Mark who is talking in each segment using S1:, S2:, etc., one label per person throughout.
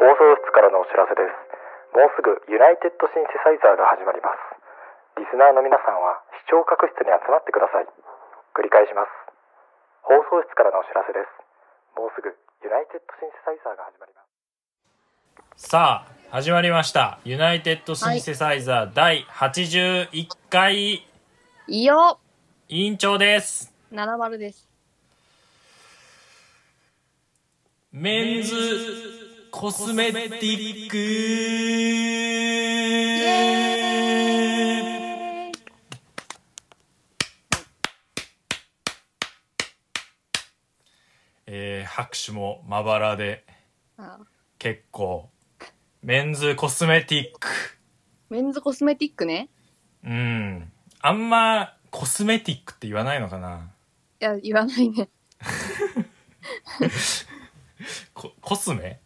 S1: 放送室からのお知らせですもうすぐユナイテッドシンセサイザーが始まりますリスナーの皆さんは視聴覚室に集まってください繰り返します放送室からのお知らせですもうすぐユナイテッドシンセサイザーが始まります
S2: さあ始まりましたユナイテッドシンセサイザー第81回
S3: いいよ
S2: 委員長です、
S3: 七丸です。
S2: メンズコスメティックえー拍手もまばらで
S3: ああ
S2: 結構メンズコスメティック
S3: メンズコスメティックね。
S2: うんあんまコスメティックって言わないのかない
S3: や、言わないね。
S2: ココスメ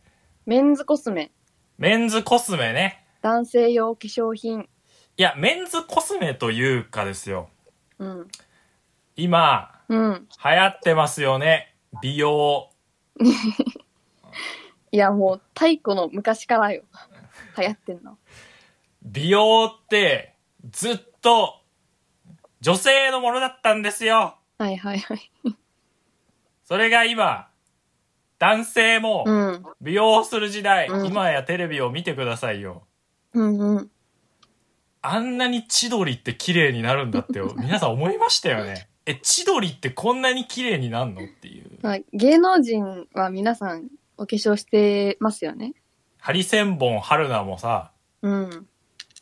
S3: メンズコスメ。
S2: メンズコスメね
S3: 男性用化粧品。
S2: いやメンズコスメというかですよ
S3: うん。
S2: 今
S3: うん。
S2: 流行ってますよね美容
S3: いや、もう、太古の昔からよ。流行ってんの。
S2: 美容ってずっと女性のものだったんですよ
S3: はいはいはい。
S2: それが今男性も
S3: うん。
S2: 美容をする時代、
S3: うん
S2: 今やテレビを見てくださいよ
S3: うんうん。
S2: あんなに千鳥って綺麗になるんだって皆さん思いましたよねえ千鳥ってこんなに綺麗になるのっていう
S3: まあ、芸能人は皆さんお化粧してますよね。
S2: ハリセンボン春菜もさ
S3: うん。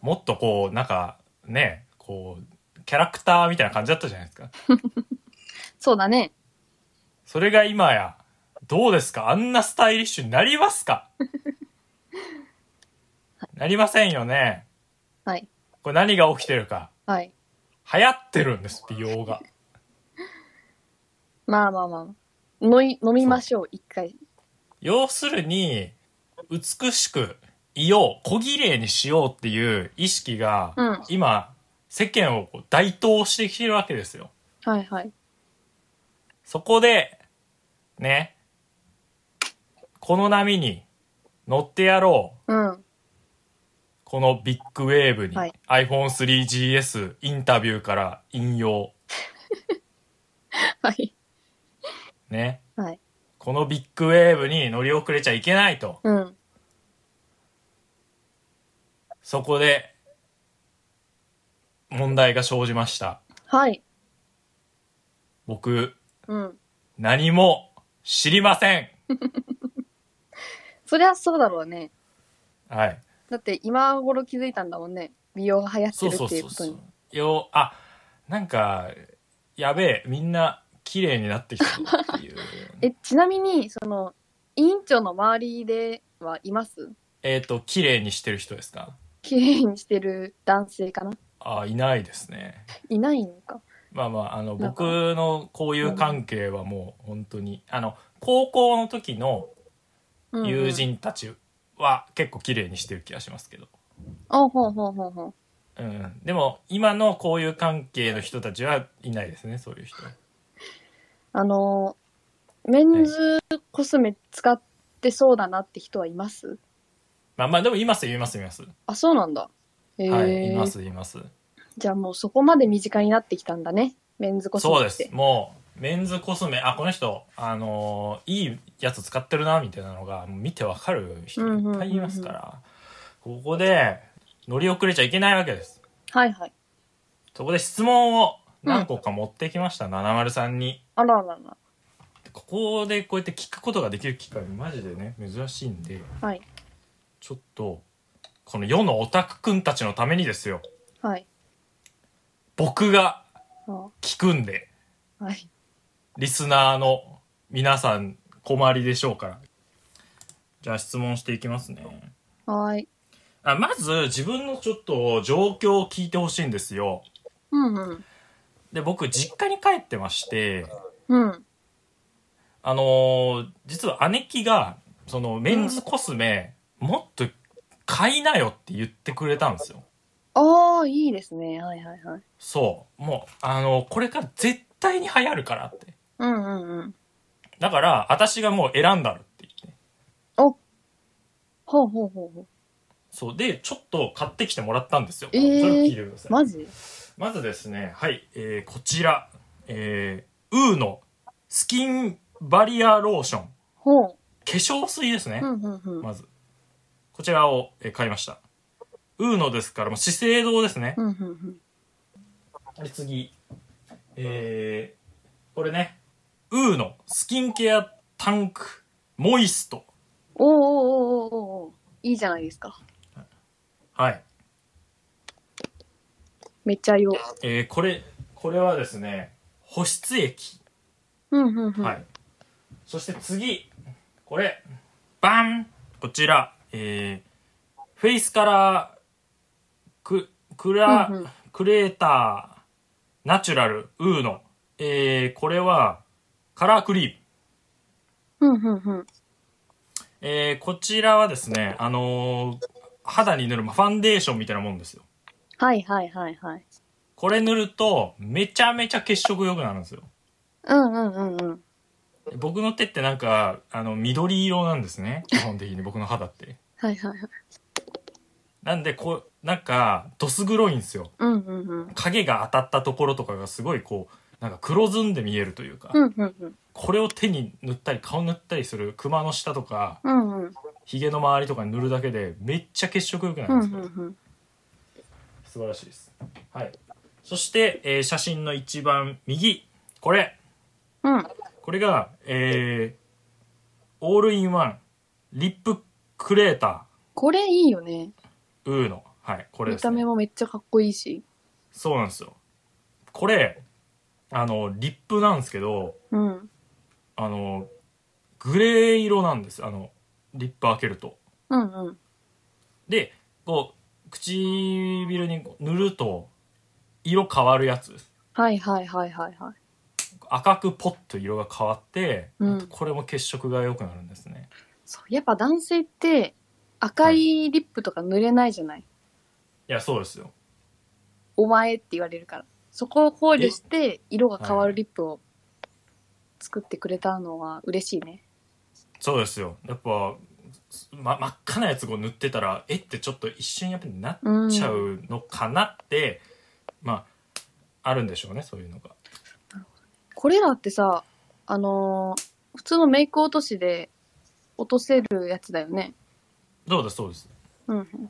S2: もっとこうなんかねこうキャラクターみたいな感じだったじゃないですか
S3: そうだね。
S2: それが今やどうですかあんなスタイリッシュになりますかなりませんよね
S3: はい。
S2: これ何が起きてるか
S3: はい。
S2: 流行ってるんです美容が
S3: まあまあまあ。飲み、飲みましょう、一回。
S2: 要するに美しくいよう小綺麗にしようっていう意識が、
S3: うん
S2: 今世間をこう台頭してきてるわけですよ
S3: はいはい。
S2: そこで、ね、この波に乗ってやろう。
S3: うん。
S2: このビッグウェーブに、
S3: はい
S2: iPhone3GS インタビューから引用。
S3: はい。
S2: ね。
S3: はい。
S2: このビッグウェーブに乗り遅れちゃいけないと。
S3: うん。
S2: そこで、問題が生じました。
S3: はい。
S2: 僕、
S3: うん。
S2: 何も知りません。
S3: そりゃそうだろうね。
S2: はい。
S3: だって今頃気づいたんだもんね美容が流行
S2: そ
S3: っ
S2: う
S3: てる
S2: そう
S3: っていう
S2: そう
S3: こと
S2: そ
S3: に
S2: う。よ、あ、なんか、やべえ、みんな綺麗になってきたって いう。
S3: えちなみにその委員長の周りではいます
S2: えっ、と、綺麗にしてる人ですか
S3: 綺麗にしてる男性かな
S2: あいないですね。
S3: いないのか
S2: まあまあ、あの、
S3: なん
S2: 僕
S3: か
S2: の交友関係はもう本当に、あの、高校の時の
S3: うんうん
S2: 友人たちは結構綺麗にしてる気がしますけど。
S3: あほうほうほうほう
S2: うん。でも、今の交友関係の人たちはいないですね、そういう人。
S3: あのーメンズコスメ使ってそうだなって人はいます
S2: まあまあ、でもいますよ、います、います。
S3: あそうなんだへえ、
S2: はい、います、います。
S3: じゃあもうそこまで身近になってきたんだねメンズコスメ
S2: そう
S3: って
S2: です。もう、メンズコスメ、あ、この人、あのーいいやつ使ってるな、みたいなのが、もう見てわかる人いっぱいいますから、ここで、乗り遅れちゃいけないわけです。
S3: はいはい
S2: そこで質問を何個か持ってきました、七丸さんに。
S3: あらあらあら
S2: ここでこうやって聞くことができる機会、マジでね、珍しいんで、
S3: はい
S2: ちょっと、この世のオタクくんたちのためにですよ、
S3: はい
S2: 僕が
S3: あ
S2: 聞くんで、
S3: はい
S2: リスナーの皆さん困りでしょうから。じゃあ質問していきますね。
S3: はーい
S2: あまず自分のちょっと状況を聞いてほしいんですよ。
S3: うんうん
S2: で、僕実家に帰ってまして、
S3: うん
S2: あのー実は姉貴が、そのメンズコスメ、もっと買いなよって言ってくれたんですよ。
S3: ああ、いいですね。はいはいはい。
S2: そう。もう、あのーこれから絶対に流行るからって。
S3: うんうんうん。
S2: だから、私がもう選んだるって言って。
S3: おほうほうほうほう。
S2: そうでちょっと買ってきてもらったんですよ、
S3: えー
S2: それを聞いてください
S3: マジ
S2: まずですね、はい、えーこちら、えー、ウーのスキンバリアローション。化
S3: ほう。
S2: 粧水ですね
S3: う。んうんうん。
S2: まず。こちらを、えー買いました。ウーのですから、もう資生堂ですね
S3: う。んうんうん。
S2: で、次。えー、これね、ウーのスキンケアタンクモイスト。
S3: おーおーおーおーおーいいじゃないですか。
S2: はい。
S3: めっちゃよ。
S2: えー、これ、これはですね、保湿液。
S3: うんうんうん。
S2: はい。そして次、これ、バンこちら、えー、フェイスカラー、ク、クラ、
S3: うんうん
S2: クレーター、ナチュラル、ウーの、えー、これは、カラークリーム。
S3: うんうんうん。
S2: えー、こちらはですね、あのー肌に塗るまあファンデーションみたいなもんですよ。
S3: はいはいはいはい。
S2: これ塗ると、めちゃめちゃ血色良くなるんですよ。
S3: うんうんうんうん。
S2: 僕の手ってなんか、あの、緑色なんですね。基本的に僕の肌って。
S3: はいはいはい。
S2: なんでこうなんかどす黒いんですよ
S3: うんうんうん。
S2: 影が当たったところとかがすごいこうなんか黒ずんで見えるというか、
S3: うんうんうん。
S2: これを手に塗ったり顔塗ったりする熊の下とか
S3: うんうん。
S2: ひげの周りとかに塗るだけでめっちゃ血色良くな
S3: う
S2: る
S3: ん
S2: ん
S3: う
S2: です
S3: ん
S2: よ、
S3: うん。
S2: 素晴らしいですはいそして、えー写真の一番右これ
S3: うん。
S2: これがえー、オールインワンリップクレータ
S3: これいいよね。
S2: ーウーのはいこれ
S3: 見
S2: で
S3: た
S2: す、
S3: 目
S2: ね、
S3: もめっちゃかっこいいし。
S2: そうなんですよこれあのリップなんですけど
S3: うん。
S2: あの、グレー色なんです。あの、リップ開けると。
S3: うんうん。
S2: で、こう、唇に塗ると、色変わるやつ。
S3: はいはいはいはいはい。
S2: 赤くポッと色が変わって、
S3: うん
S2: これも血色が良くなるんですね。
S3: そう。やっぱ男性って赤いリップとか塗れないじゃない、
S2: いや、そうですよ。
S3: お前って言われるから。そこを考慮して色が変わるリップを作ってくれたのは嬉しいね。
S2: そうですよ。やっぱ、ま、真っ赤なやつこう塗ってたら、えってちょっと一瞬やっぱりなっ
S3: うん。
S2: ちゃうのかなって、まあ、あるんでしょうね、そういうのが。
S3: これらってさ、あのー普通のメイク落としで落とせるやつだよね。
S2: そうです、そうです。
S3: うんうん。
S2: い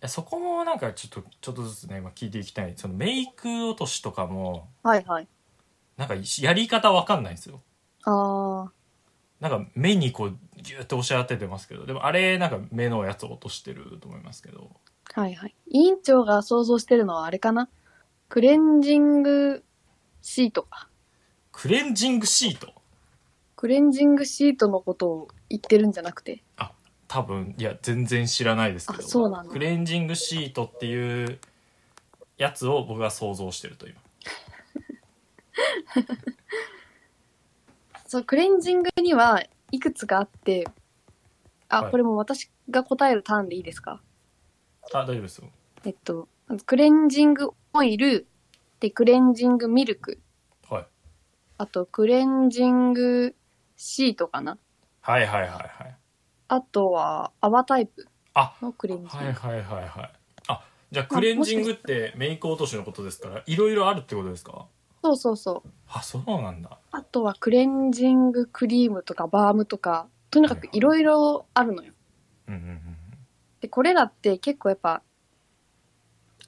S2: やそこもなんかちょっとちょっとずつね今聞いていきたいそのメイク落としとかも
S3: はいはい。
S2: なんかやり方わかんないんですよ
S3: ああ、
S2: なんか目にこうギューって押し当ててますけどでもあれなんか目のやつ落としてると思いますけど
S3: はいはい。委員長が想像してるのはあれかなクレンジングシートか。
S2: クレンジングシート
S3: クレンジングシートのことを言ってるんじゃなくて。
S2: 多分いや全然知らないですけど
S3: あそうなんだ
S2: クレンジングシートっていうやつを僕が想像してると今
S3: そう、クレンジングにはいくつかあって、あ、
S2: はい
S3: これも私が答えるターンでいいですか
S2: あ大丈夫ですよ
S3: えっと、まずクレンジングオイル、で、クレンジングミルク、
S2: はい
S3: あと、クレンジングシートかな
S2: はいはいはいはい
S3: あとは、泡タイプ
S2: あ
S3: のクレンジン
S2: は
S3: グ。
S2: いはいはいはいあじゃあクレンジングってメイク落としのことですからいろいろあるってことですか
S3: そうそうそう。
S2: あそうなんだ
S3: あとは、クレンジングクリームとか、バームとか、とにかくいろいろあるのよ。
S2: うんうんうん
S3: で、これらって結構やっぱ、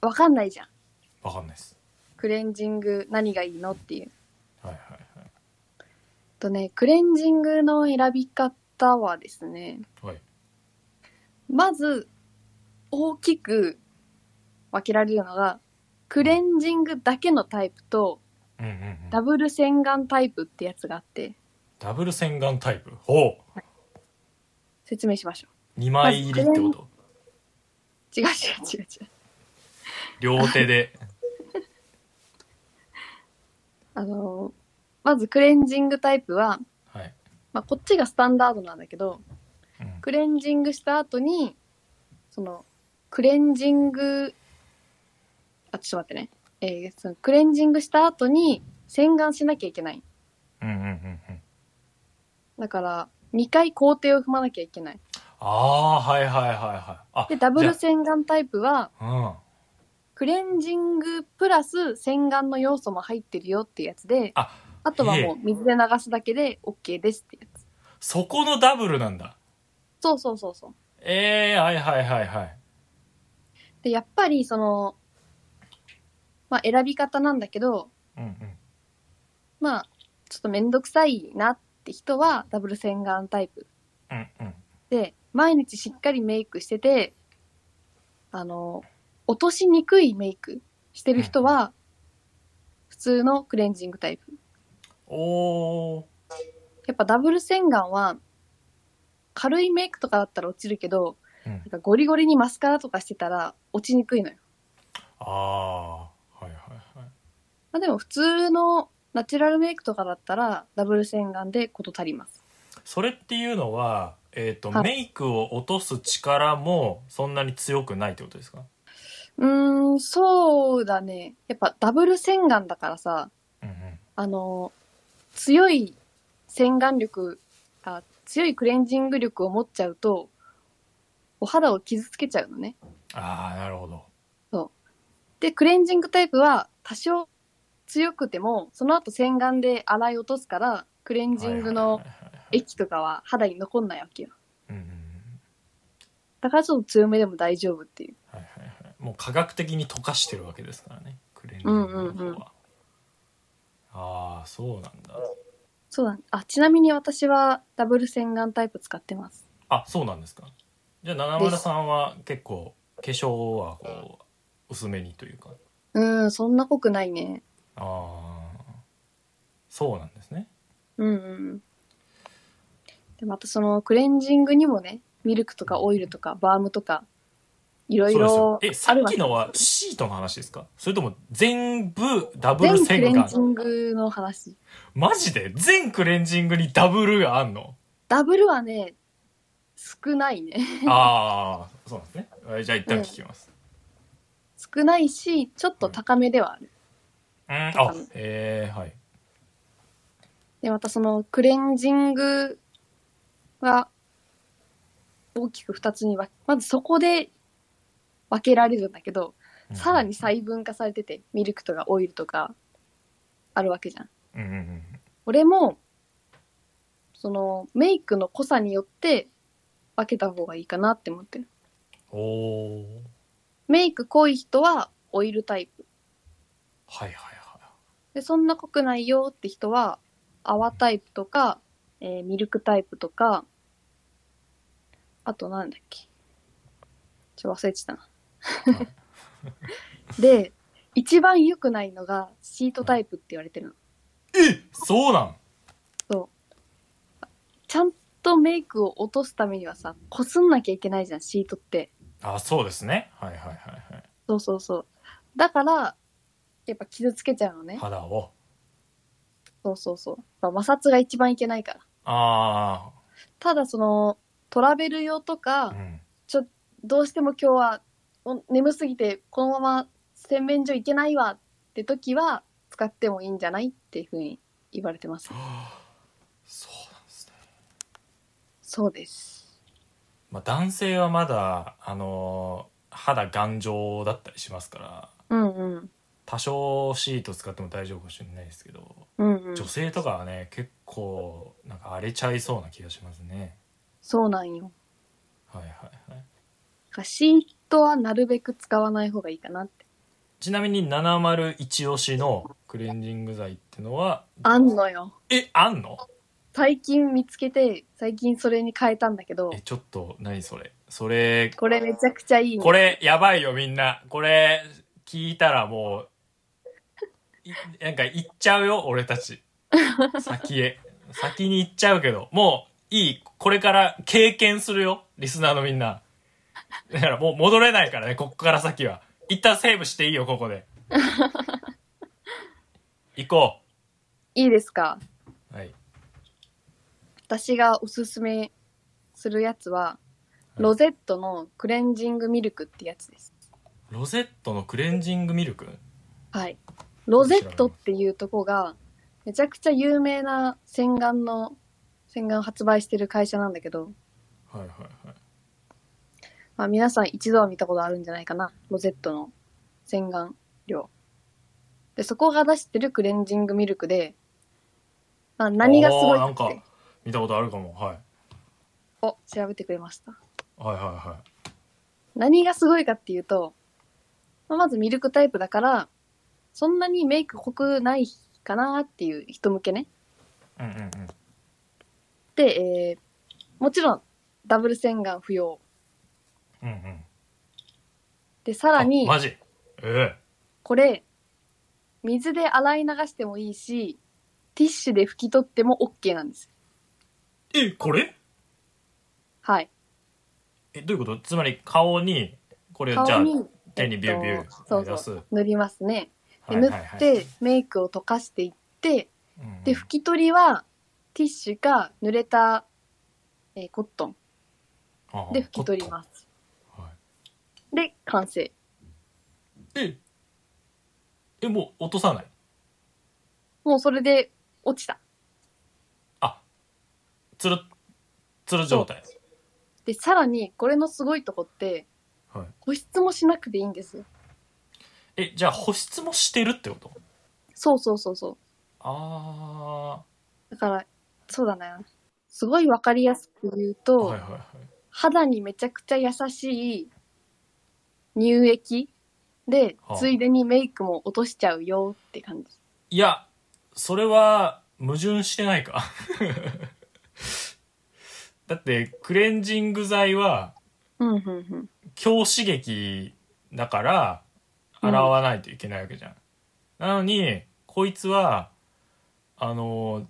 S3: わかんないじゃん。
S2: わかんないです
S3: クレンジング何がいいのっていう。
S2: はいはいはい
S3: とね、クレンジングの選び方はですね、
S2: はい
S3: まず、大きく分けられるのが、クレンジングだけのタイプと、
S2: うんうんう
S3: ダ
S2: ん
S3: ブル洗顔タイプってやつがあって、
S2: ダブル洗顔タイプほ
S3: 説明しましょ
S2: う2枚入りってこと
S3: う。違う違う違う違う。
S2: 両手で
S3: あのー、まずクレンジングタイプは、
S2: はい
S3: まあ、こっちがスタンダードなんだけど、
S2: うん
S3: クレンジングした後に、その、クレンジング、あ、ちょっと待ってね。えーそのクレンジングした後に洗顔しなきゃいけない。
S2: うんうんうんうん
S3: だから、2回工程を踏まなきゃいけない。
S2: ああー、はいはいはいはい。あ、
S3: でダブル
S2: じ
S3: 洗顔タイプは
S2: ゃあうん。
S3: クレンジングプラス洗顔の要素も入ってるよっていうやつで
S2: あ
S3: あとは
S2: へえ
S3: もう水で流すだけで OK ですってやつ
S2: そこのダブルなんだ。
S3: そうそうそうそう
S2: ええはいはいはいはい。
S3: でやっぱりその、まあ、選び方なんだけど
S2: うんうん。
S3: まあちょっとめんどくさいなって人はダブル洗顔タイプ
S2: うんうん。
S3: で毎日しっかりメイクしててあの落としにくいメイクしてる人は普通のクレンジングタイプ
S2: おー。
S3: やっぱダブル洗顔は軽いメイクとかだったら落ちるけど
S2: うん
S3: なんかゴリゴリにマスカラとかしてたら落ちにくいのよ、
S2: ああ、はいはいはい。
S3: まあ、でも普通のナチュラルメイクとかだったらダブル洗顔で事足ります
S2: それっていうのは、えっ、と、
S3: はい
S2: メイクを落とす力もそんなに強くないってことですか
S3: うーんそうだねやっぱダブル洗顔だからさ
S2: うんうん。
S3: あの、強い洗顔力あ、強いクレンジング力を持っちゃうと、お肌を傷つけちゃうのね。
S2: ああ、なるほど。
S3: で、クレンジングタイプは多少強くても、その後洗顔で洗い落とすから、クレンジングの
S2: はいはいはいはい
S3: 液とかは肌に残んないわけよ。
S2: うんうん
S3: だからちょっと強めでも大丈夫っていう。
S2: はいはいはい。もう科学的に溶かしてるわけですからね。クレンジングの方は。
S3: うんうんうん
S2: ああ、そうなんだ。
S3: そうだ、ね、あ、ちなみに私はダブル洗顔タイプ使ってます。
S2: あ、そうなんですか。じゃあ、七丸さんは結構、化粧はこう、薄めにというか。
S3: うーん、そんな濃くないね。
S2: ああ、そうなんですね。
S3: うんうん。でまたそのクレンジングにもね、ミルクとかオイルとかバームとか、いろい
S2: そう
S3: ろ
S2: ですよえ、さ
S3: ある
S2: っ
S3: わ
S2: き
S3: け。
S2: のはシートの話ですかそれとも全部ダブル
S3: 全クレ
S2: 洗
S3: ン
S2: 顔
S3: ジングの話。
S2: マジで全クレンジングにダブルがあんの
S3: ダブルはね、少ないね。
S2: ああ、そうなんですね。えじゃあ一旦聞きます。
S3: 少ないし、ちょっと高めではある。
S2: うん、あ、えー、はい。
S3: で、またそのクレンジングは大きく2つに分け、まずそこで分けられるんだけど、
S2: うん
S3: さらに細分化されてて、ミルクとかオイルとかあるわけじゃん。
S2: うんうんうん。
S3: 俺もそのメイクの濃さによって分けた方がいいかなって思ってる
S2: おー。
S3: メイク濃い人はオイルタイプ
S2: はいはいはい。
S3: でそんな濃くないよって人は泡タイプとか、えーミルクタイプとかあとなんだっけちょ忘れてたな で一番良くないのがシートタイプって言われてるの
S2: えそうなん
S3: ちゃんとメイクを落とすためにはさこすんなきゃいけないじゃんシートって
S2: あそうですねはいはいはいはい
S3: そうそうそう。だから、やっぱ傷つけちゃうのね。
S2: 肌を
S3: そうそうそう。やっぱ摩擦が一番いけないから。
S2: あ
S3: ただその、トラベル用と
S2: あう
S3: か、
S2: ん
S3: どうしても今日はお眠すぎてこのまま洗面所行けないわって時は使ってもいいんじゃないっていうふうに言われてます。
S2: そうなんですね
S3: そうです。
S2: まあ男性はまだあのー肌頑丈だったりしますから
S3: うんうん。
S2: 多少シート使っても大丈夫かもしれないですけど
S3: うんうん
S2: 女。性とかはね結構なんか荒れちゃいそうな気がしますね
S3: そうなんよ。
S2: はいはいはい
S3: だからシートはなるべく使わない方がいいかなって。
S2: ちなみに701押しのクレンジング剤ってのは
S3: あんのよ。
S2: えあんの
S3: 最近見つけて、最近それに変えたんだけど
S2: え、ちょっと何それそれ
S3: これめちゃくちゃいいね
S2: これやばいよみんなこれ聞いたらもういなんか行っちゃうよ俺たち先へ先に行っちゃうけどもういいこれから経験するよリスナーのみんなだからもう戻れないからねここから先は一旦セーブしていいよここ で行こ
S3: いいですか
S2: うはい
S3: 私がおすすめするやつは、
S2: い
S3: ロゼットのクレンジングミルクってやつです。
S2: ロゼットのクレンジングミルク
S3: はい。ロゼットっていうとこが、めちゃくちゃ有名な洗顔の、洗顔を発売してる会社なんだけど、
S2: はいはいはい
S3: まあ、皆さん一度は見たことあるんじゃないかな。ロゼットの洗顔料。で、そこが出してるクレンジングミルクで、まあ、何がすごい
S2: あーなん
S3: っ
S2: か
S3: て、
S2: 見たことあるかも。はい。
S3: お、調べてくれました。
S2: はいはいはい。
S3: 何がすごいかっていうと、まあ、まずミルクタイプだから、そんなにメイク濃くないかなっていう人向けね。
S2: うんうんうん。
S3: で、えー、もちろん、ダブル洗顔不要。
S2: うんうん。
S3: で、さらに
S2: あ、マジえ
S3: これ、水で洗い流してもいいし、ティッシュで拭き取っても OK なんです。
S2: ええ、これ
S3: はい。
S2: え、どういうことつまり顔に、これをじゃ
S3: 顔
S2: あ、
S3: に
S2: 手にビュービュ
S3: えっと
S2: ー出す。
S3: そう
S2: は
S3: 塗りますね。で
S2: い
S3: 塗
S2: は
S3: っ
S2: いはい、
S3: てメイクを溶かしていって、
S2: うん
S3: で、拭き取りはティッシュか濡れた、えーコットン
S2: ああ
S3: で拭き取ります。
S2: コットンはい
S3: で、完成。
S2: ええ、もう落とさない
S3: もうそれで落ちた。
S2: あ、つる、つる状態。
S3: で、さらにこれのすごいとこって、
S2: はい
S3: 保湿もしなくていいんですよ。
S2: え、じゃあ保湿もしてるってこと
S3: そうそうそうそう。
S2: あ
S3: だから、そうだな。すごいわかりやすく言う
S2: あ、
S3: と、
S2: はいはいはい。
S3: 肌にめちゃくちゃ優しい乳液で、
S2: はあ
S3: ついでにメイクも落としちゃうよって感じ。
S2: いや、それは矛盾してないか。 だって、クレンジング剤は
S3: うん、うん、うん。
S2: 強刺激だから洗わないといけないわけじゃん。なのに、こいつは、あの、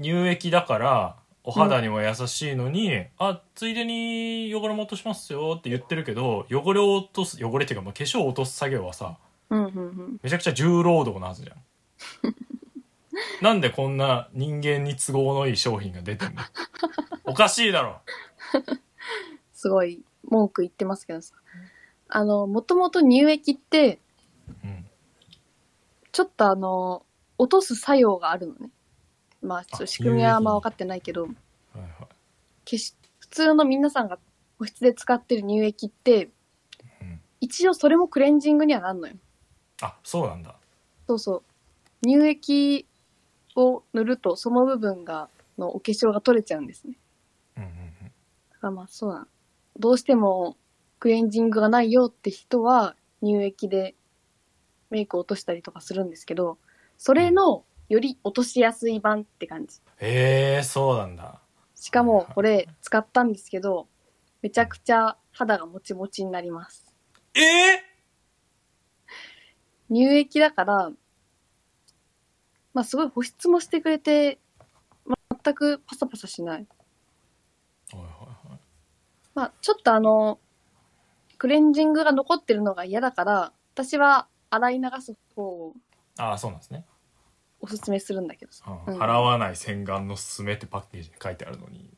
S2: 乳液だから、お肌にも優しいのに、あ、ついでに汚れも落としますよって言ってるけど、汚れを落とす、汚れっていうか、まあ、化粧を落とす作業はさ、
S3: うん、うん、うん。
S2: めちゃくちゃ重労働なはずじゃんなんでこんな人間に都合のいい商品が出てんのおかしいだろ
S3: すごい文句言ってますけどさ。あの、もともと乳液って、
S2: うん
S3: ちょっとあの、落とす作用があるのね。まあ、ちょっと
S2: あ
S3: 仕組みはあんま
S2: 乳液
S3: 分かってないけど、
S2: はいはい
S3: 決し普通の皆さんが保湿で使ってる乳液って、
S2: うん
S3: 一応それもクレンジングにはなんのよ。
S2: あそうなんだ
S3: そうそう。乳液を塗ると、その部分が、のお化粧が取れちゃうんですね。
S2: うんうんうん
S3: だからまあそうなん。どうしてもクレンジングがないよって人は、乳液でメイクを落としたりとかするんですけど、それのより落としやすい版って感じ。
S2: えー、そうなんだ
S3: しかもこれ使ったんですけど、めちゃくちゃ肌がもちもちになります。
S2: ええ
S3: 乳液だから、まあすごい保湿もしてくれて、全くパサパサしない。
S2: ー、はいはいはい
S3: まあちょっとあの、クレンジングが残ってるのが嫌だから、私は洗い流す方を
S2: ああそうなんですね、
S3: おすすめするんだけどさ。
S2: うん
S3: うん
S2: 払わない洗顔のすすめってパッケージに書いてあるのに、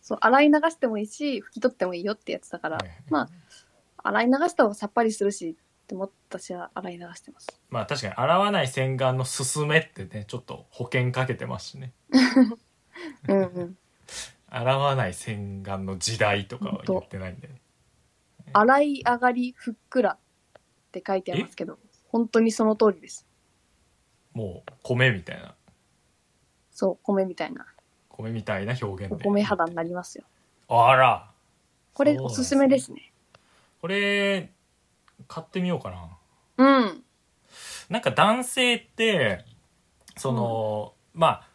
S3: そう、洗い流してもいいし、拭き取ってもいいよってやつだから、
S2: はい
S3: まあ、洗い流した方がさっぱりするし、って思った私は洗い流し てます。
S2: まあ確かに洗わない洗顔のすすめってねちょっと保険かけてますしね
S3: うんうん。
S2: 洗わない洗顔の時代とかは言ってないんで、ね、
S3: 洗い上がりふっくらって書いてありますけど、本当にその通りです。
S2: もう米みたいな
S3: そう、米みたいな。
S2: 米みたいな表現
S3: お
S2: で
S3: 米肌になりますよ。
S2: あら
S3: これおすすめですね。
S2: これ買ってみようかな
S3: うん。
S2: なんか男性ってその、まあ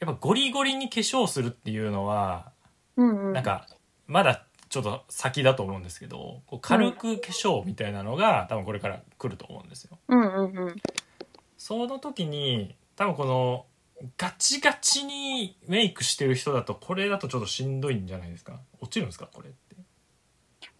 S2: やっぱゴリゴリに化粧するっていうのは、
S3: うんうん。
S2: なんかまだちょっと先だと思うんですけどこう軽く化粧みたいなのが多分これから来ると思うんですよ
S3: うんうんうん。
S2: その時に多分このガチガチにメイクしてる人だとこれだとちょっとしんどいんじゃないですか落ちるんですかこれって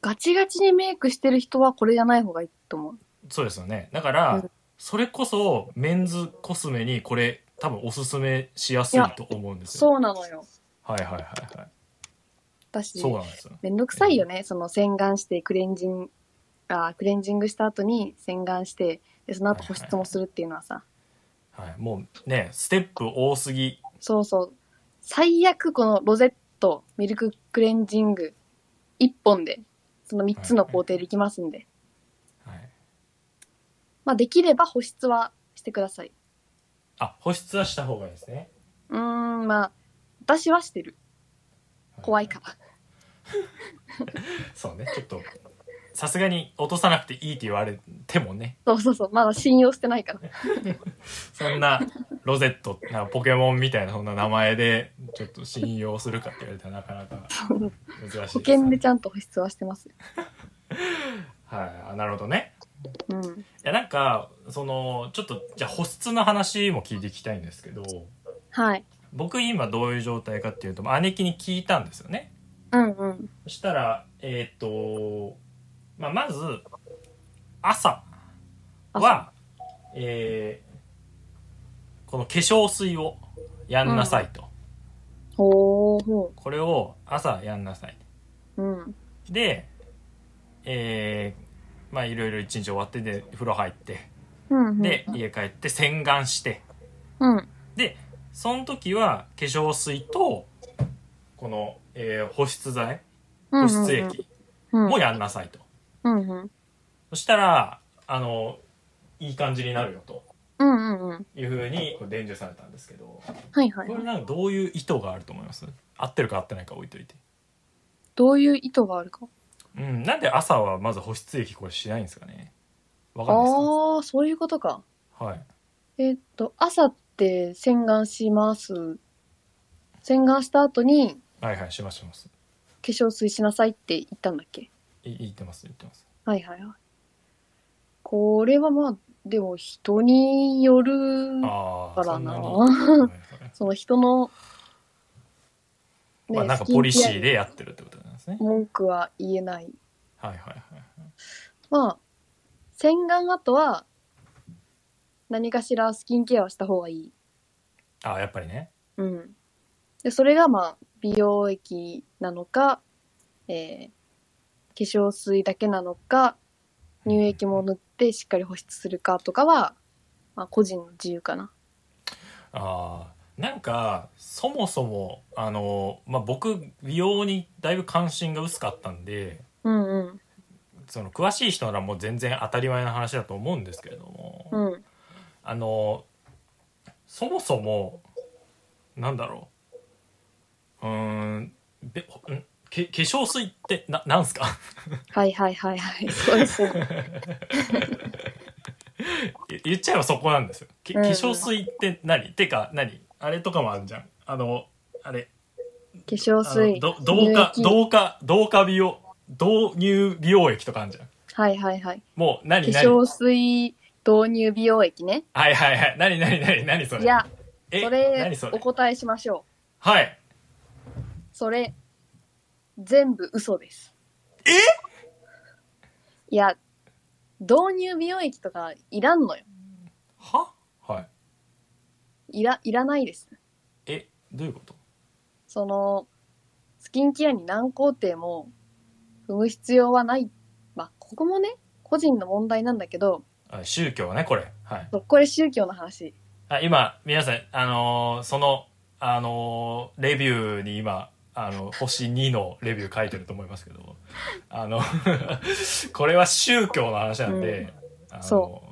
S3: ガチガチにメイクしてる人はこれじゃない方がいいと思う。
S2: そうですよねだから、
S3: うん
S2: それこそメンズコスメにこれ多分おすすめしやすいと思うんですよ
S3: そうなのよ。
S2: はいはいはいはい
S3: 私、
S2: そうなんですよ
S3: めんどくさいよね。その洗顔してクレンジング、あークレンジングした後に洗顔して、で、その後保湿もするっていうのはさ、
S2: はいもうねステップ多すぎ
S3: そうそう。最悪このロゼット、ミルククレンジング、 1本で、その3つの工程できますんで、
S2: はい、
S3: まあできれば保湿はしてください。
S2: あ保湿はした方がいいですね
S3: うーん、まあ、私はしてる。怖いから。
S2: そうねちょっとさすがに落とさなくていいって言われてもね
S3: そうそうそう、まだ信用し てないから。
S2: そんなロゼットなんかポケモンみたいなそんな名前でちょっと信用するかって言われたらなかなか難しいです、ね、
S3: 保険でちゃんと保湿はしてます。
S2: はいあなるほどね
S3: う
S2: い
S3: ん。
S2: やなんかそのちょっとじゃあ保湿の話も聞いていきたいんですけど
S3: はい。
S2: 僕今どういう状態かっていうとまあ姉貴に聞いたんですよね
S3: うんうん。
S2: そしたらえっ、と、まあ、まず朝はえーこの化粧水をやんなさいと、
S3: ほーほ。
S2: これを朝やんなさいう
S3: うん。
S2: でえーまあいろいろ一日終わってで風呂入って
S3: うん、うん。
S2: で家帰って洗顔して
S3: うん。
S2: でその時は化粧水とこの、えー保湿剤保湿液
S3: うん
S2: もやんなさいと、
S3: うんうん。
S2: そしたらあのいい感じになるよと
S3: うんうんうん。
S2: いうふうにこう伝授されたんですけど
S3: はいはい
S2: こ。れなんかどういう意図があると思います合ってるか合ってないか置いといて
S3: どういう意図があるか。
S2: うんなんで朝はまず保湿液これしないんですかねわかんないです
S3: ああ、そういうことか。
S2: かはい
S3: えっと、朝って洗顔します。洗顔した後に
S2: はいはいしますします
S3: 化粧水しなさいって言ったんだっけ
S2: い言ってます言ってます
S3: はいはいはい。これはまあ、でも人による
S2: ああ
S3: だから
S2: そん
S3: な
S2: なにはいはい
S3: その人の、
S2: まあなんか
S3: スキン
S2: ポリシ
S3: ケア
S2: ーでやってるってことなんですね
S3: 文句は言えない。
S2: はいはいはい
S3: まあ、洗顔後は、何かしらスキンケアはした方がいい。
S2: ああやっぱりね
S3: うん。で、それがまあ、美容液なのか、えー、化粧水だけなのか、乳液も塗ってしっかり保湿するかとかは、まあ、個人の自由かな。
S2: ああなんかそもそもあの、まあ、僕美容にだいぶ関心が薄かったんで
S3: うんうん。
S2: その詳しい人ならもう全然当たり前の話だと思うんですけれども、
S3: うん。
S2: あのそもそもなんだろううーんべんけ化粧水ってななんすか
S3: はいはいはいはい。そうですね。
S2: 言言っちゃえばそこなんですよけ化
S3: うん
S2: 粧水って何、てか何あれとかもあるじゃんあのあれ
S3: 化粧
S2: あの
S3: 水。
S2: ど同化
S3: 乳液
S2: 同化同化美容導入美容液とかあるじゃん
S3: はいはいはい。
S2: もう
S3: 化
S2: 何何
S3: 粧水導入美容液ね。
S2: はいはいはい何何何何それ
S3: いや、
S2: え
S3: それ
S2: 何そ、れ
S3: お答えしましょ
S2: はい、
S3: う。それ、全部嘘です。
S2: え
S3: いや、導入美容液とかいらんのよ。
S2: ははい
S3: いら、いらないです。
S2: えどういうこと
S3: その、スキンケアに何工程も踏む必要はない。まあ、ここもね、個人の問題なんだけど、
S2: あ宗教ねこれはい
S3: これ宗教の話。
S2: あ今皆さんあのーそのあのーレビューに今あの星2のレビュー書いてると思いますけどあの これは宗教の話なんで、あの
S3: そ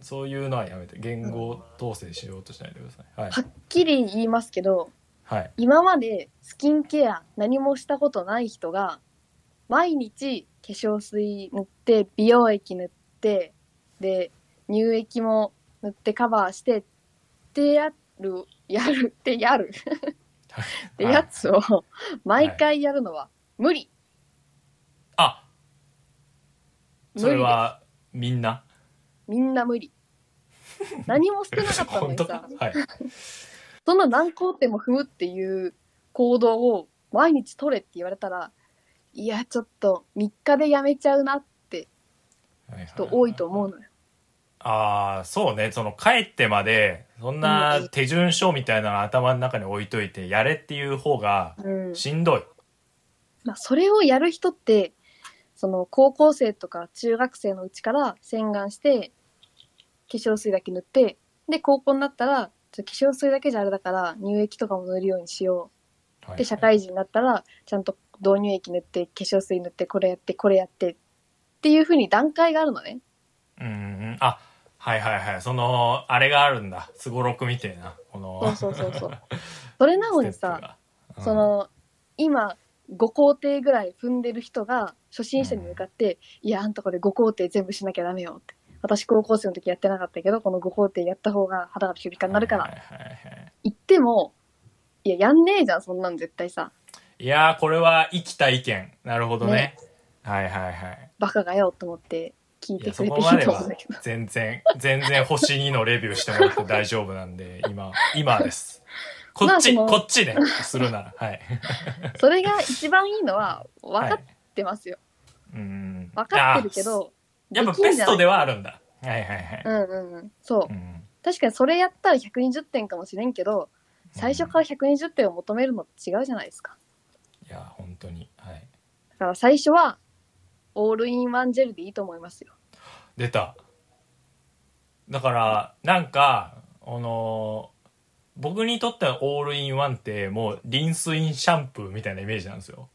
S2: そういうのはやめて言語統制しようとしないでくださいはい
S3: はっきり言いますけど、
S2: はい
S3: 今までスキンケア何もしたことない人が毎日化粧水塗って美容液塗ってで乳液も塗ってカバーしてってやるやるってやるってやつを毎回やるのは無理、
S2: あ
S3: 無理
S2: それはみんな
S3: みんな無理何もしてなかった の
S2: 本
S3: に
S2: 当
S3: さ
S2: はい
S3: そんな何工程も踏むっていう行動を毎日取れって言われたらいやちょっと3日でやめちゃうなって人多いと思うのよ。
S2: ああそうねその帰ってまでそんな手順書みたいなの頭の中に置いといてやれっていう方が
S3: うん
S2: しんどい、
S3: まあ、それをやる人ってその高校生とか中学生のうちから洗顔して化粧水だけ塗ってで高校になったらちょっと化粧水だけじゃあれだから乳液とかも塗るようにしようで社会人になったらちゃんと導入液塗って、化粧水塗って、これやって、これやって、っていう風に段階がある のね。
S2: うんうんあはいはいはいそのあれがあるんだすごろくみてえなこの
S3: そうそう そうそうそれなのにさ、
S2: ステップが
S3: その今5工程ぐらい踏んでる人が初心者に向かって「いやあんたこれ5工程全部しなきゃダメよ」って「私高校生の時やってなかったけどこの5工程やった方が肌がピカピカ
S2: うん
S3: になるか
S2: は
S3: ら
S2: いはいはい」
S3: 言っても「いややんねえじゃんそんなん絶対さ
S2: いやーこれは生きた意見なるほどねはいはいはい
S3: バカがよ」と思って聞い
S2: い
S3: て
S2: や
S3: く
S2: そ
S3: れて
S2: こ
S3: いい
S2: まで
S3: と思う
S2: は
S3: んだけど
S2: 全然全然星2のレビューしてもらって大丈夫なんで今今ですこっち、
S3: まあそ
S2: こ
S3: の
S2: っちねするならはい
S3: それが一番いいのは分か
S2: は
S3: っ
S2: い
S3: てますよ、
S2: うん
S3: 分かってるけ
S2: あ
S3: ど
S2: やっぱ
S3: できん
S2: ベ
S3: じゃない
S2: ストではあるんだはいはいはい、
S3: うんうんうんそう
S2: うん
S3: 確かにそれやったら120点かもしれんけど最初から120点を求めるのって違うじゃないですか
S2: いや本当にはい
S3: だから最初はオールインワンジェルでいいと思いますよ。
S2: 出ただからなんかあのー僕にとってはオールインワンってもうリンスインシャンプーみたいなイメージなんですよ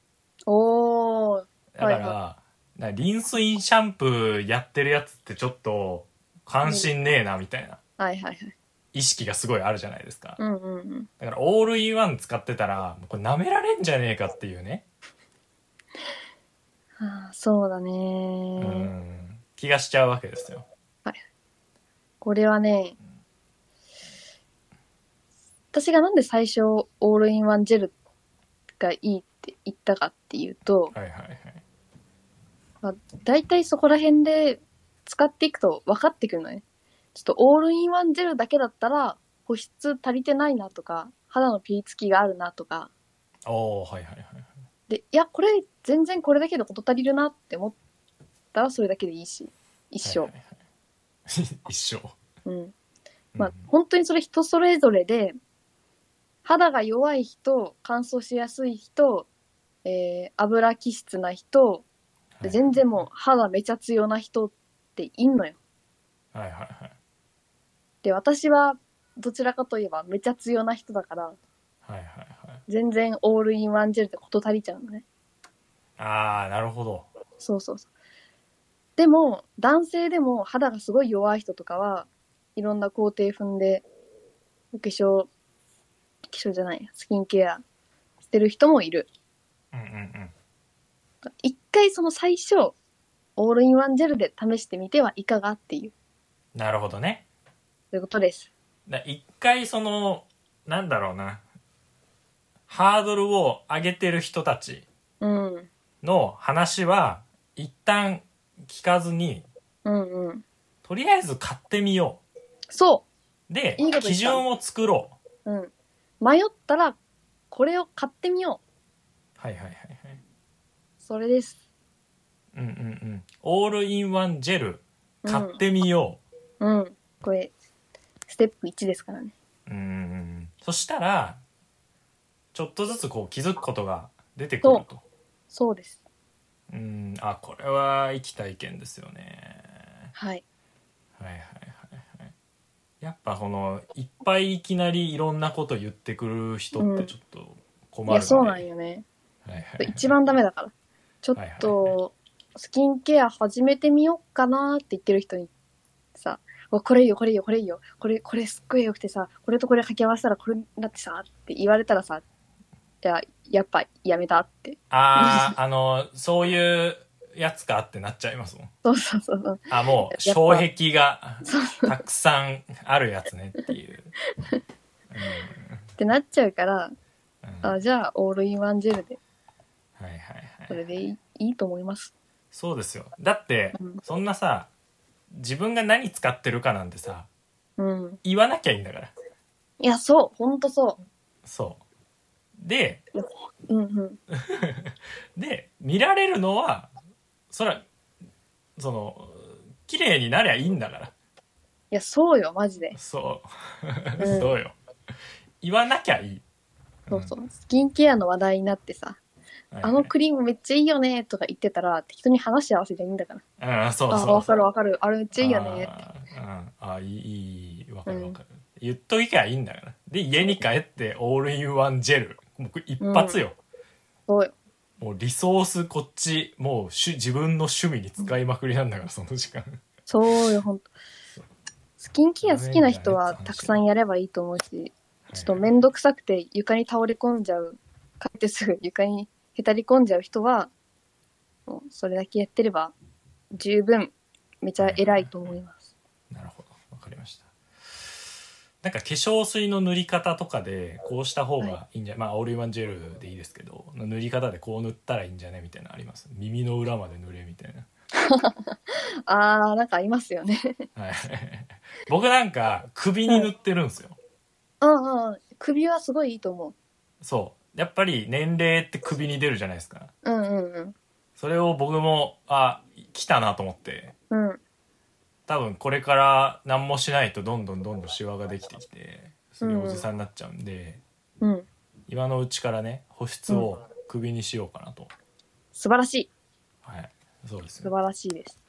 S3: おー
S2: だから、
S3: はい
S2: なんかリンスインシャンプーやってるやつってちょっと関心ねえなみたいな
S3: はいはいはい。
S2: 意識がすごいあるじゃないですか
S3: うんうんうん。
S2: だからオールインワン使ってたらこれ舐められんじゃねえかっていうね
S3: はあ、そうだね、
S2: うん気がしちゃうわけですよ
S3: これはね、私がなんで最初オールインワンジェルがいいって言ったかっていうと、
S2: はいはいはい
S3: まあ、大体そこら辺で使っていくと分かってくるのね。ちょっとオールインワンジェルだけだったら保湿足りてないなとか、肌のピリつきがあるなとか、
S2: おおはいはいはい
S3: で、いや、これ、全然これだけで事足りるなって思ったら、それだけでいいし、一生。
S2: はいはいはい 一生
S3: うん。まあ、
S2: うん
S3: 本当にそれ人それぞれで、肌が弱い人、乾燥しやすい人、えー、油気質な人、で全然もう肌めちゃ強な人っていんのよ。
S2: はいはいはい
S3: で、私は、どちらかといえばめちゃ強な人だから、
S2: はいはいはい
S3: 全然オールインワンジェルで事足りちゃうのね。
S2: ああなるほど
S3: そうそうそう。でも、男性でも肌がすごい弱い人とかは、いろんな工程踏んで、お化粧、化粧じゃないや、スキンケアしてる人もいる。
S2: うんうんうん
S3: 一回その最初、オールインワンジェルで試してみてはいかがっていう、
S2: なるほどね
S3: ということです。
S2: だ一回そのなんだろうなハードルを上げてる人たち
S3: うん。
S2: の話は一旦聞かずに
S3: うんうん。
S2: とりあえず買ってみよ
S3: そう
S2: で
S3: いいこと言った
S2: 基準を作ろう
S3: ううん。迷ったら、これを買ってみよう。
S2: はいはいはいはい
S3: それです。
S2: うんうんうんオールインワンジェル
S3: うん
S2: 買ってみよ
S3: うん。これ、ステップ1ですからね。
S2: ううんうんうんそしたらちょっとずつこう気づくことが出てくると
S3: そうです。
S2: うんあこれは生きた意見ですよね
S3: はい。
S2: はいはいはいはいやっぱこのいっぱいいきなりいろんなこと言ってくる人ってちょっと困る、
S3: いや、そうなん、よね。
S2: はいはいはい、
S3: 一番ダメだから。ちょっ
S2: はいはい
S3: と、スキンケア始めてみようかなって言ってる人にさ、うわこれいいよ、これいいよ、これいいよ、これ、これすっごい良くてさ、これとこれ掛け合わせたらこれになってさ、って言われたらさ、いや、やっぱやめたって。
S2: あああのそういうやつかってなっちゃいますもん
S3: そうそうそうそう。
S2: あもう
S3: やっぱ
S2: 障壁が
S3: そう
S2: たくさんあるやつねっていう、
S3: ってなっちゃうから、
S2: うんうん、は
S3: あじゃあ、オールインワンジェルで、
S2: いはい
S3: そ
S2: はい
S3: れでいいいいと思います。
S2: そうですよだって
S3: うん
S2: そんなさ自分が何使ってるかなんてさ
S3: うん。
S2: 言わなきゃいいんだから
S3: いや、そう、ほんとそ
S2: そうで
S3: う。うんうん。
S2: で見られるのはそらその綺麗になりゃいいんだか
S3: いや、そうよ、マジで
S2: ら。そう
S3: うん
S2: そうよ言わなきゃいい
S3: そうそう。スキンケアの話題になってさ、
S2: はい
S3: あのクリームめっちゃいいよねとか言ってたら適当に話し合わせていいんだから。
S2: うんそうそう
S3: あ、わかるわかる。あれめっちゃいいよねって。
S2: あーうんあいいいいわかるわかる、言っときゃいいんだからで家に帰ってオールインワンジェルもうこれ一発よ、
S3: そうよ。
S2: もうリソースこっちもうしゅ自分の趣味に使いまくりなんだからその時間
S3: そうよ、ほんと。スキンケア好きな人はたくさんやればいいと思うし、ちょっと面倒くさくて床に倒れ込んじゃう、帰ってすぐ床にへたり込んじゃう人は、もうそれだけやってれば十分めちゃ偉いと思います。
S2: なるほどわかりましたなんか化粧水の塗り方とかでこうした方がいいんじゃ、まあオールインワンジェルでいいですけどの塗り方でこう塗ったらいいんじゃねみたいなのあります耳の裏まで塗れみたいな
S3: あー、なんかありますよね。
S2: はい 僕なんか首に塗ってるんですよ
S3: うんうん。首はすごいいいと思
S2: そうやっぱり年齢って首に出るじゃないですか
S3: う。うんうん
S2: それを僕もあ来たなと思って
S3: うん。うん。
S2: 多分これから何もしないとどんどんどんどんシワができてきてそれおじさんになっちゃうんで、
S3: うん。
S2: 今のうちからね保湿をクビにしようかなと、
S3: 素晴らしい。
S2: はいそうです
S3: 素
S2: ね
S3: 晴らしいです。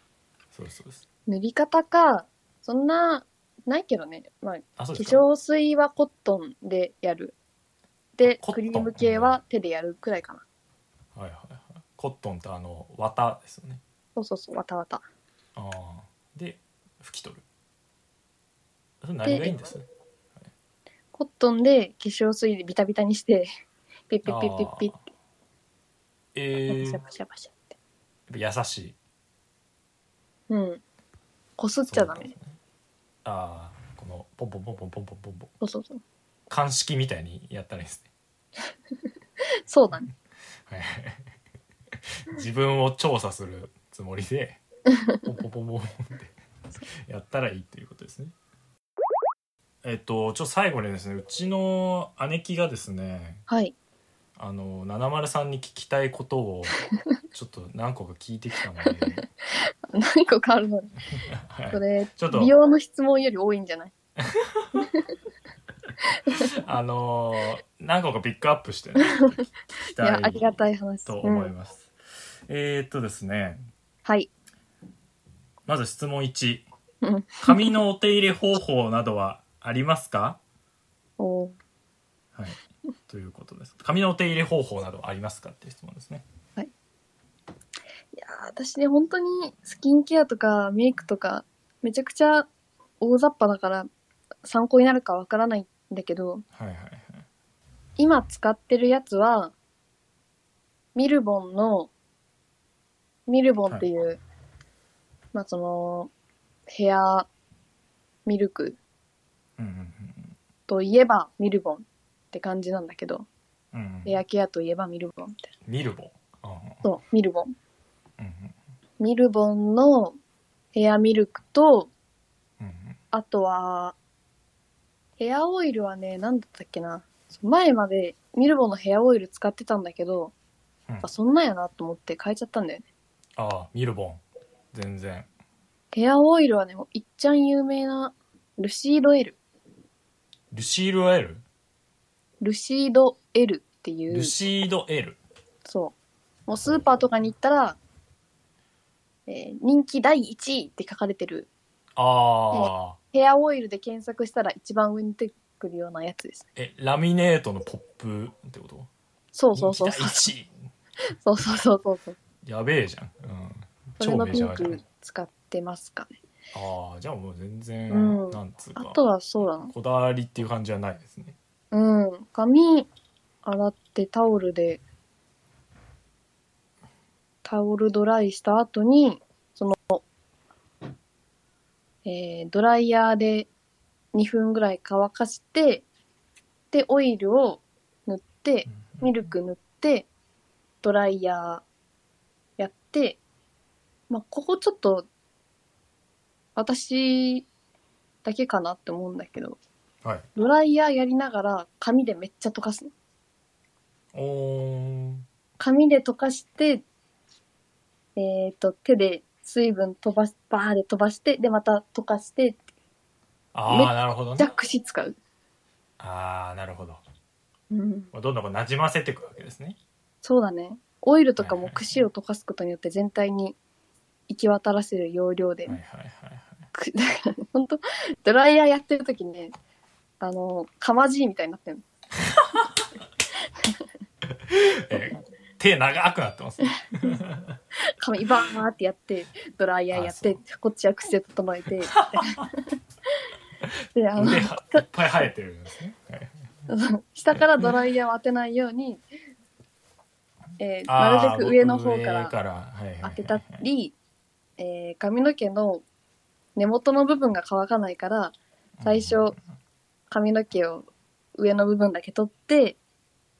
S2: そうですそうです
S3: 塗り方か、そんな、ないけどね。まあ、
S2: あそ
S3: 化
S2: うですか
S3: 粧水はコットンでやる。で、
S2: コット
S3: ク
S2: ン
S3: リーム系は手でやるくらいかな。
S2: はいはいはいコットンとあの綿ですよね
S3: そうそうそう、わたわた。
S2: ああで拭き取るそれ何がいいんです
S3: コットンで化粧水でビタビタにして、ピッピッピッピッピッ
S2: あ
S3: って
S2: ー、え
S3: シ
S2: ー
S3: ャバシャバシャって。
S2: 優しい
S3: うん。こすっちゃダメ。
S2: ああこのポンポンポンポンポンポンポンポン
S3: そうそうそう。
S2: 鑑識みたいにやったらいいですね
S3: そうだね。
S2: はい 自分を調査するつもりでポンポンポンポンってやったらいいっていうことですね。えっとちょっと最後にですねうちの姉貴がですね
S3: はい。
S2: あの70さんに聞きたいことをちょっと何個か聞いてきたので、
S3: 何個かあるのに。
S2: はい
S3: それ、
S2: ちょっと
S3: 美容の質問より多いんじゃない
S2: あの何個かピックアップしてね、聞き
S3: い
S2: た
S3: や、あ
S2: い
S3: りがたい話。
S2: と思い
S3: うん
S2: ます。えーっとですね
S3: はい。
S2: まず質問1
S3: うん
S2: 髪のお手入れ方法などはありますか
S3: おー
S2: はい、ということです。髪のお手入れ方法などありますかっていう質問ですね。
S3: いやー私ね、本当にスキンケアとかメイクとか、めちゃくちゃ大雑把だから、参考になるかわからないんだけど、
S2: はいはいはい。
S3: 今使ってるやつは、ミルボンの、ミルボンっていう、まあその、ヘアミルク
S2: うんうん
S3: といえばミルボンって感じなんだけど、
S2: うんうん。うん
S3: ヘアケアといえばミルボンみたいな。
S2: ミルボン。うん
S3: そう、ミルボン。
S2: うんうん
S3: ミルボンのヘアミルクと、
S2: うんうん
S3: あとは、ヘアオイルはね、なんだったっけな。前までミルボのヘアオイル使ってたんだけど、
S2: うん
S3: やっぱそんなんやなと思って変えちゃったんだよね。
S2: ああ、ミルボン。全然。
S3: ヘアオイルはね、もういっちゃん有名な、ルシード L。
S2: ルシール・エル。
S3: ルシード L っていう
S2: ル、シード・エル。
S3: そう。もうスーパーとかに行ったら、えー人気第1位って書かれてる、
S2: ああ。
S3: ヘアオイルで検索したら一番上に出てくるようなやつですね。
S2: え、ラミネートのポップってこと
S3: そうそうそうそう。
S2: 人気第一
S3: そうそうそうそうそう。
S2: 位やべえじゃん。うん。
S3: それ
S2: 超
S3: の
S2: メ
S3: ピ
S2: ジ
S3: ン
S2: ャーじゃ
S3: ク
S2: ん。
S3: 使ってますかね。
S2: ああ、じゃあもう全然、
S3: うん
S2: なんつうか
S3: あ。とはそうだな。
S2: こだわりっていう感じはないですね。
S3: うん。髪洗ってタオルで、タオルドライした後に、その、えー、ドライヤーで2分ぐらい乾かして、で、オイルを塗って、ミルク塗って、ドライヤーやって、まあ、ここちょっと、私だけかなって思うんだけど、
S2: はい。
S3: ドライヤーやりながら紙でめっちゃ溶かすの。
S2: おーん。
S3: 紙で溶かして、えっ、と、手で水分飛ばし、バーで飛ばして、で、また溶かして、
S2: あ
S3: めっ
S2: あ、なるほど
S3: ジャ
S2: ね
S3: ッ。クシ使う。
S2: ああ、なるほど。
S3: うん。
S2: どんどんこうなじませていくわけですね。
S3: そうだね。オイルとかも櫛を溶かすことによって全体に行き渡らせる要領で
S2: はい。はいはいはい。
S3: く だからね、本当ドライヤーやってる時ね、あの、かまじいみたいになってる
S2: えー手長くなってますね。
S3: 髪バーってやって、ドライヤーやって、こっちは癖整えて、で、あの、
S2: 腕がいっぱい生えてるんですね。はい
S3: 下からドライヤーを当てないように、えー なるべく上の方か
S2: 上
S3: ら
S2: から、はいはいはい
S3: 当てたり、えー髪の毛の根元の部分が乾かないから、最初、髪の毛を上の部分だけ取って、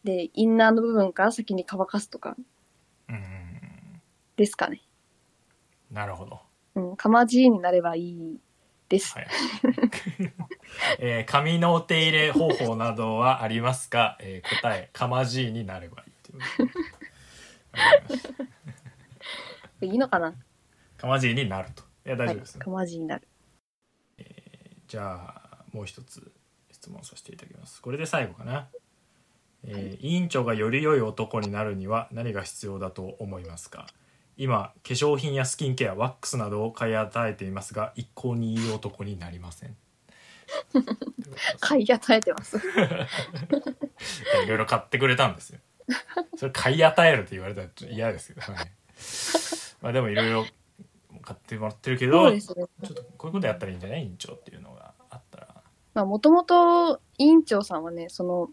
S3: で、インナーの部分から先に乾かすとか
S2: うんうんうん
S3: ですかね。
S2: なるほど。
S3: うん、かまじいになればいいです。
S2: はい。 えー髪のお手入れ方法などはありますか、えー答え、かまじいになればいいということで。
S3: い、いのかな
S2: かまじいになると。いや、大丈夫です、
S3: はい、かまじいになる。
S2: じゃあ、もう一つ質問させていただきます。これで最後かな。えー委員長がより良い男になるには何が必要だと思いますか今化粧品やスキンケアワックスなどを買い与えていますが一向にいい男になりませんということです
S3: 買い与えてます。
S2: いろいろ買ってくれたんです よ。それ買い与えるって言われたらちょっと嫌ですけど、 はい、まあでもいろいろ買ってもらってるけ
S3: そ
S2: ど、
S3: うで
S2: ち
S3: すね。
S2: ょっとこういうことやったらいいんじゃない委員長っていうのがあったら。
S3: まあ、もともと委員長さんはね、その、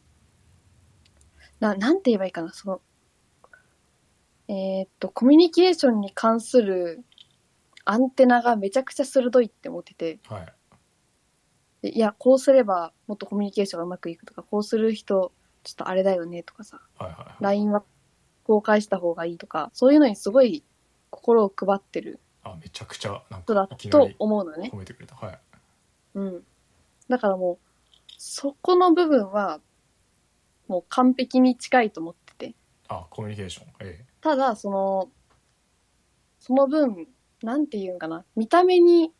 S3: な、なんて言えばいいかな、その、えーっと、コミュニケーションに関するアンテナがめちゃくちゃ鋭いって思ってて、
S2: はい。
S3: でいや、こうすればもっとコミュニケーションがうまくいくとか、こうする人、ちょっとあれだよねとかさ、
S2: はいはいはい。
S3: LINE は公開した方がいいとか、そういうのにすごい心を配ってる
S2: あ、めちゃくちゃ、なん
S3: 人
S2: か
S3: だ、
S2: いきな
S3: と
S2: り
S3: 思うのね。
S2: 褒めてくれた。はい。
S3: うん。だからもう、そこの部分は、もう完璧に近いと思ってて。
S2: あ、コミュニケーション。え
S3: ただ、その、その分、なんて言うんかな、見た目に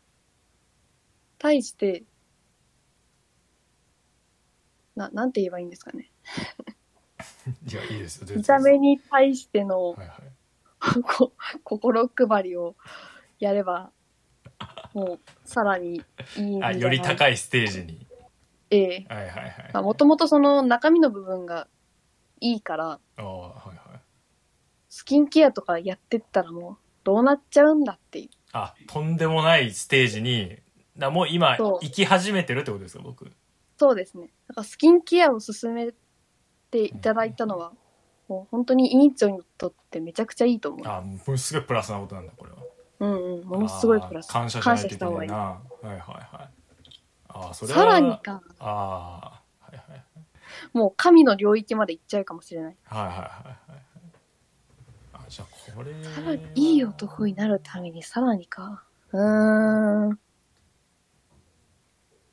S3: 対して、な、なんて言えばいいんですかね。
S2: えいや、いいですよ。全
S3: 見
S2: 然
S3: た
S2: いいで
S3: 目に対しての
S2: すはいはい。
S3: こ心配りをやれば、もう、さらにいいんじゃ
S2: あ、
S3: ない
S2: より高いステージに。
S3: ええ
S2: はいはいはい。
S3: まあ、もともとその中身の部分がいいから、
S2: あーはいはい。
S3: スキンケアとかやってったらもう、どうなっちゃうんだっていう。
S2: あ、とんでもないステージに、だもう今、
S3: そう
S2: 行き始めてるってことですか、僕。
S3: そうですね。だからスキンケアを進めていただいたのは、もう本当に委員長にとってめちゃくちゃいいと思う。
S2: あ、もうすごいプラスなことなんだ、これは。
S3: うんうん。ものすごいプラ
S2: あ
S3: ス。
S2: ー感謝し
S3: 感
S2: ないと
S3: 謝
S2: い
S3: し
S2: け
S3: た方
S2: な
S3: が
S2: い
S3: いい
S2: な。。はいはいはい。ああ、それは。
S3: さらにか、
S2: ああ、はいはい。
S3: もう神の領域まで行っちゃうかもしれない。
S2: はいはいはいはい。あ、じゃあこれは。
S3: さらに、いい男になるためにさらにか。うーん。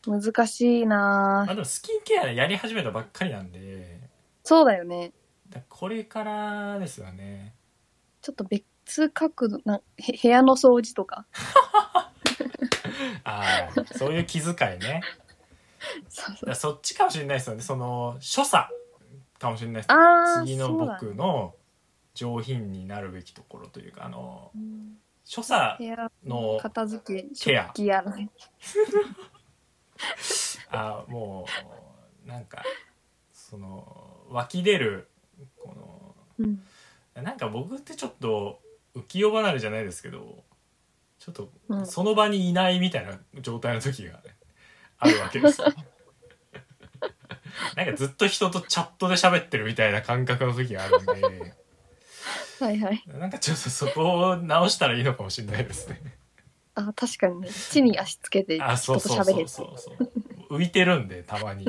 S3: 難しいな
S2: まあ
S3: ぁ
S2: でもスキンケアやり始めたばっかりなんで、
S3: そうだよね。
S2: だこれからですよね。
S3: ちょっと別角度なへ部屋の掃除とか
S2: ああ、そういう気遣いね。
S3: そ
S2: だか
S3: うそう
S2: らそっちかもしれないですよね。その、所作かもしれないです。
S3: ああ
S2: 次の
S3: そうだね
S2: 僕の上品になるべきところというか、あの、
S3: うん
S2: 所作
S3: 部屋
S2: の
S3: 片付け
S2: ケア
S3: 食器やらね
S2: あもうなんかその湧き出るこ
S3: うん
S2: のなんか僕ってちょっと浮世離れじゃないですけどちょっと
S3: うん
S2: その場にいないみたいな状態の時があるわけ ですよなんかずっと人とチャットで喋ってるみたいな感覚の時があるんで
S3: はいはい
S2: なんかちょっとそこを直したらいいのかもしれないですね
S3: あ確かにね地に足つけて
S2: あそ
S3: 人
S2: うそう
S3: と喋
S2: そ
S3: れ
S2: う
S3: る
S2: そうそう浮いてるんでたま に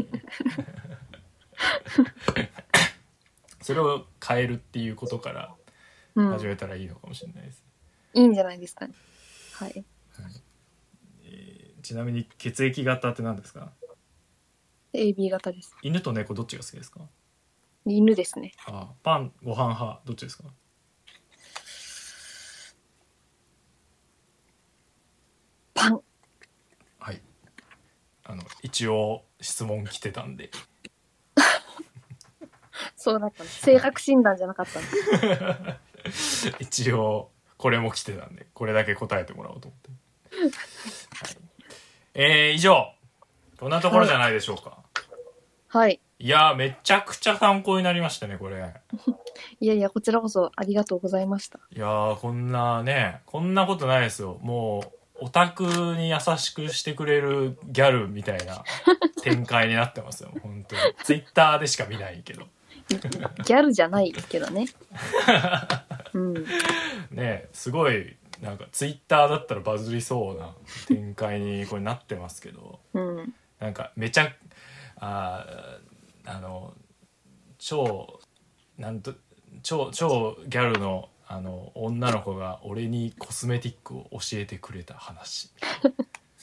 S2: それを変えるっていうことから
S3: うん
S2: 始めたらいいのかもしれないです、
S3: いいんじゃないですかねはい
S2: えーちなみに血液型って何ですか
S3: AB 型です
S2: 犬と猫どっちが好きですか
S3: 犬ですね
S2: あパンご飯派どっちですか
S3: パン
S2: はいあの一応質問来てたんで
S3: そうだったの性格診断じゃなかったの
S2: 一応これも来てたんでこれだけ答えて もらおうと思って、はいえー以上こんなところじゃないでしょうか、
S3: はい
S2: いやー、めちゃくちゃ参考になりましたね、これ。
S3: いやいや、こちらこそありがとうございました。
S2: いやー、こんなね、こんなことないですよ。もう、オタクに優しくしてくれるギャルみたいな展開になってますよ、本当に。ツイッターでしか見ないけど。
S3: ギャルじゃないけど ね。うん。
S2: ねすごい、なんかツイッターだったらバズりそうな展開にこれなってますけど。
S3: うん。
S2: なんかめちゃあーあの超なんと超超ギャルのあの女の子が俺にコスメティックを教えてくれた話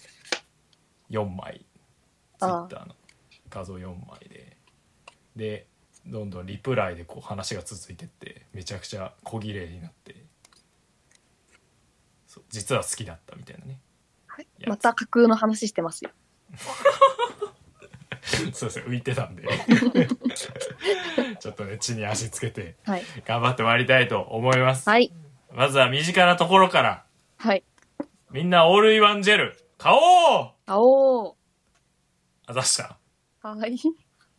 S2: 4枚ツイ
S3: あ
S2: ッ
S3: あ
S2: ターの画像4枚ででどんどんリプライでこう話が続いてってめちゃくちゃ小綺麗になってそう実は好きだったみたいなね
S3: はい
S2: やつ
S3: また架空の話してますよ。
S2: そうですね浮いてたん でちょっとね地に足つけて
S3: はい。
S2: 頑張ってまいりたいと思います、
S3: はい。
S2: まずは身近なところから
S3: はい。
S2: みんなオールインワンジェル買おう
S3: あおー。
S2: あざした
S3: はい。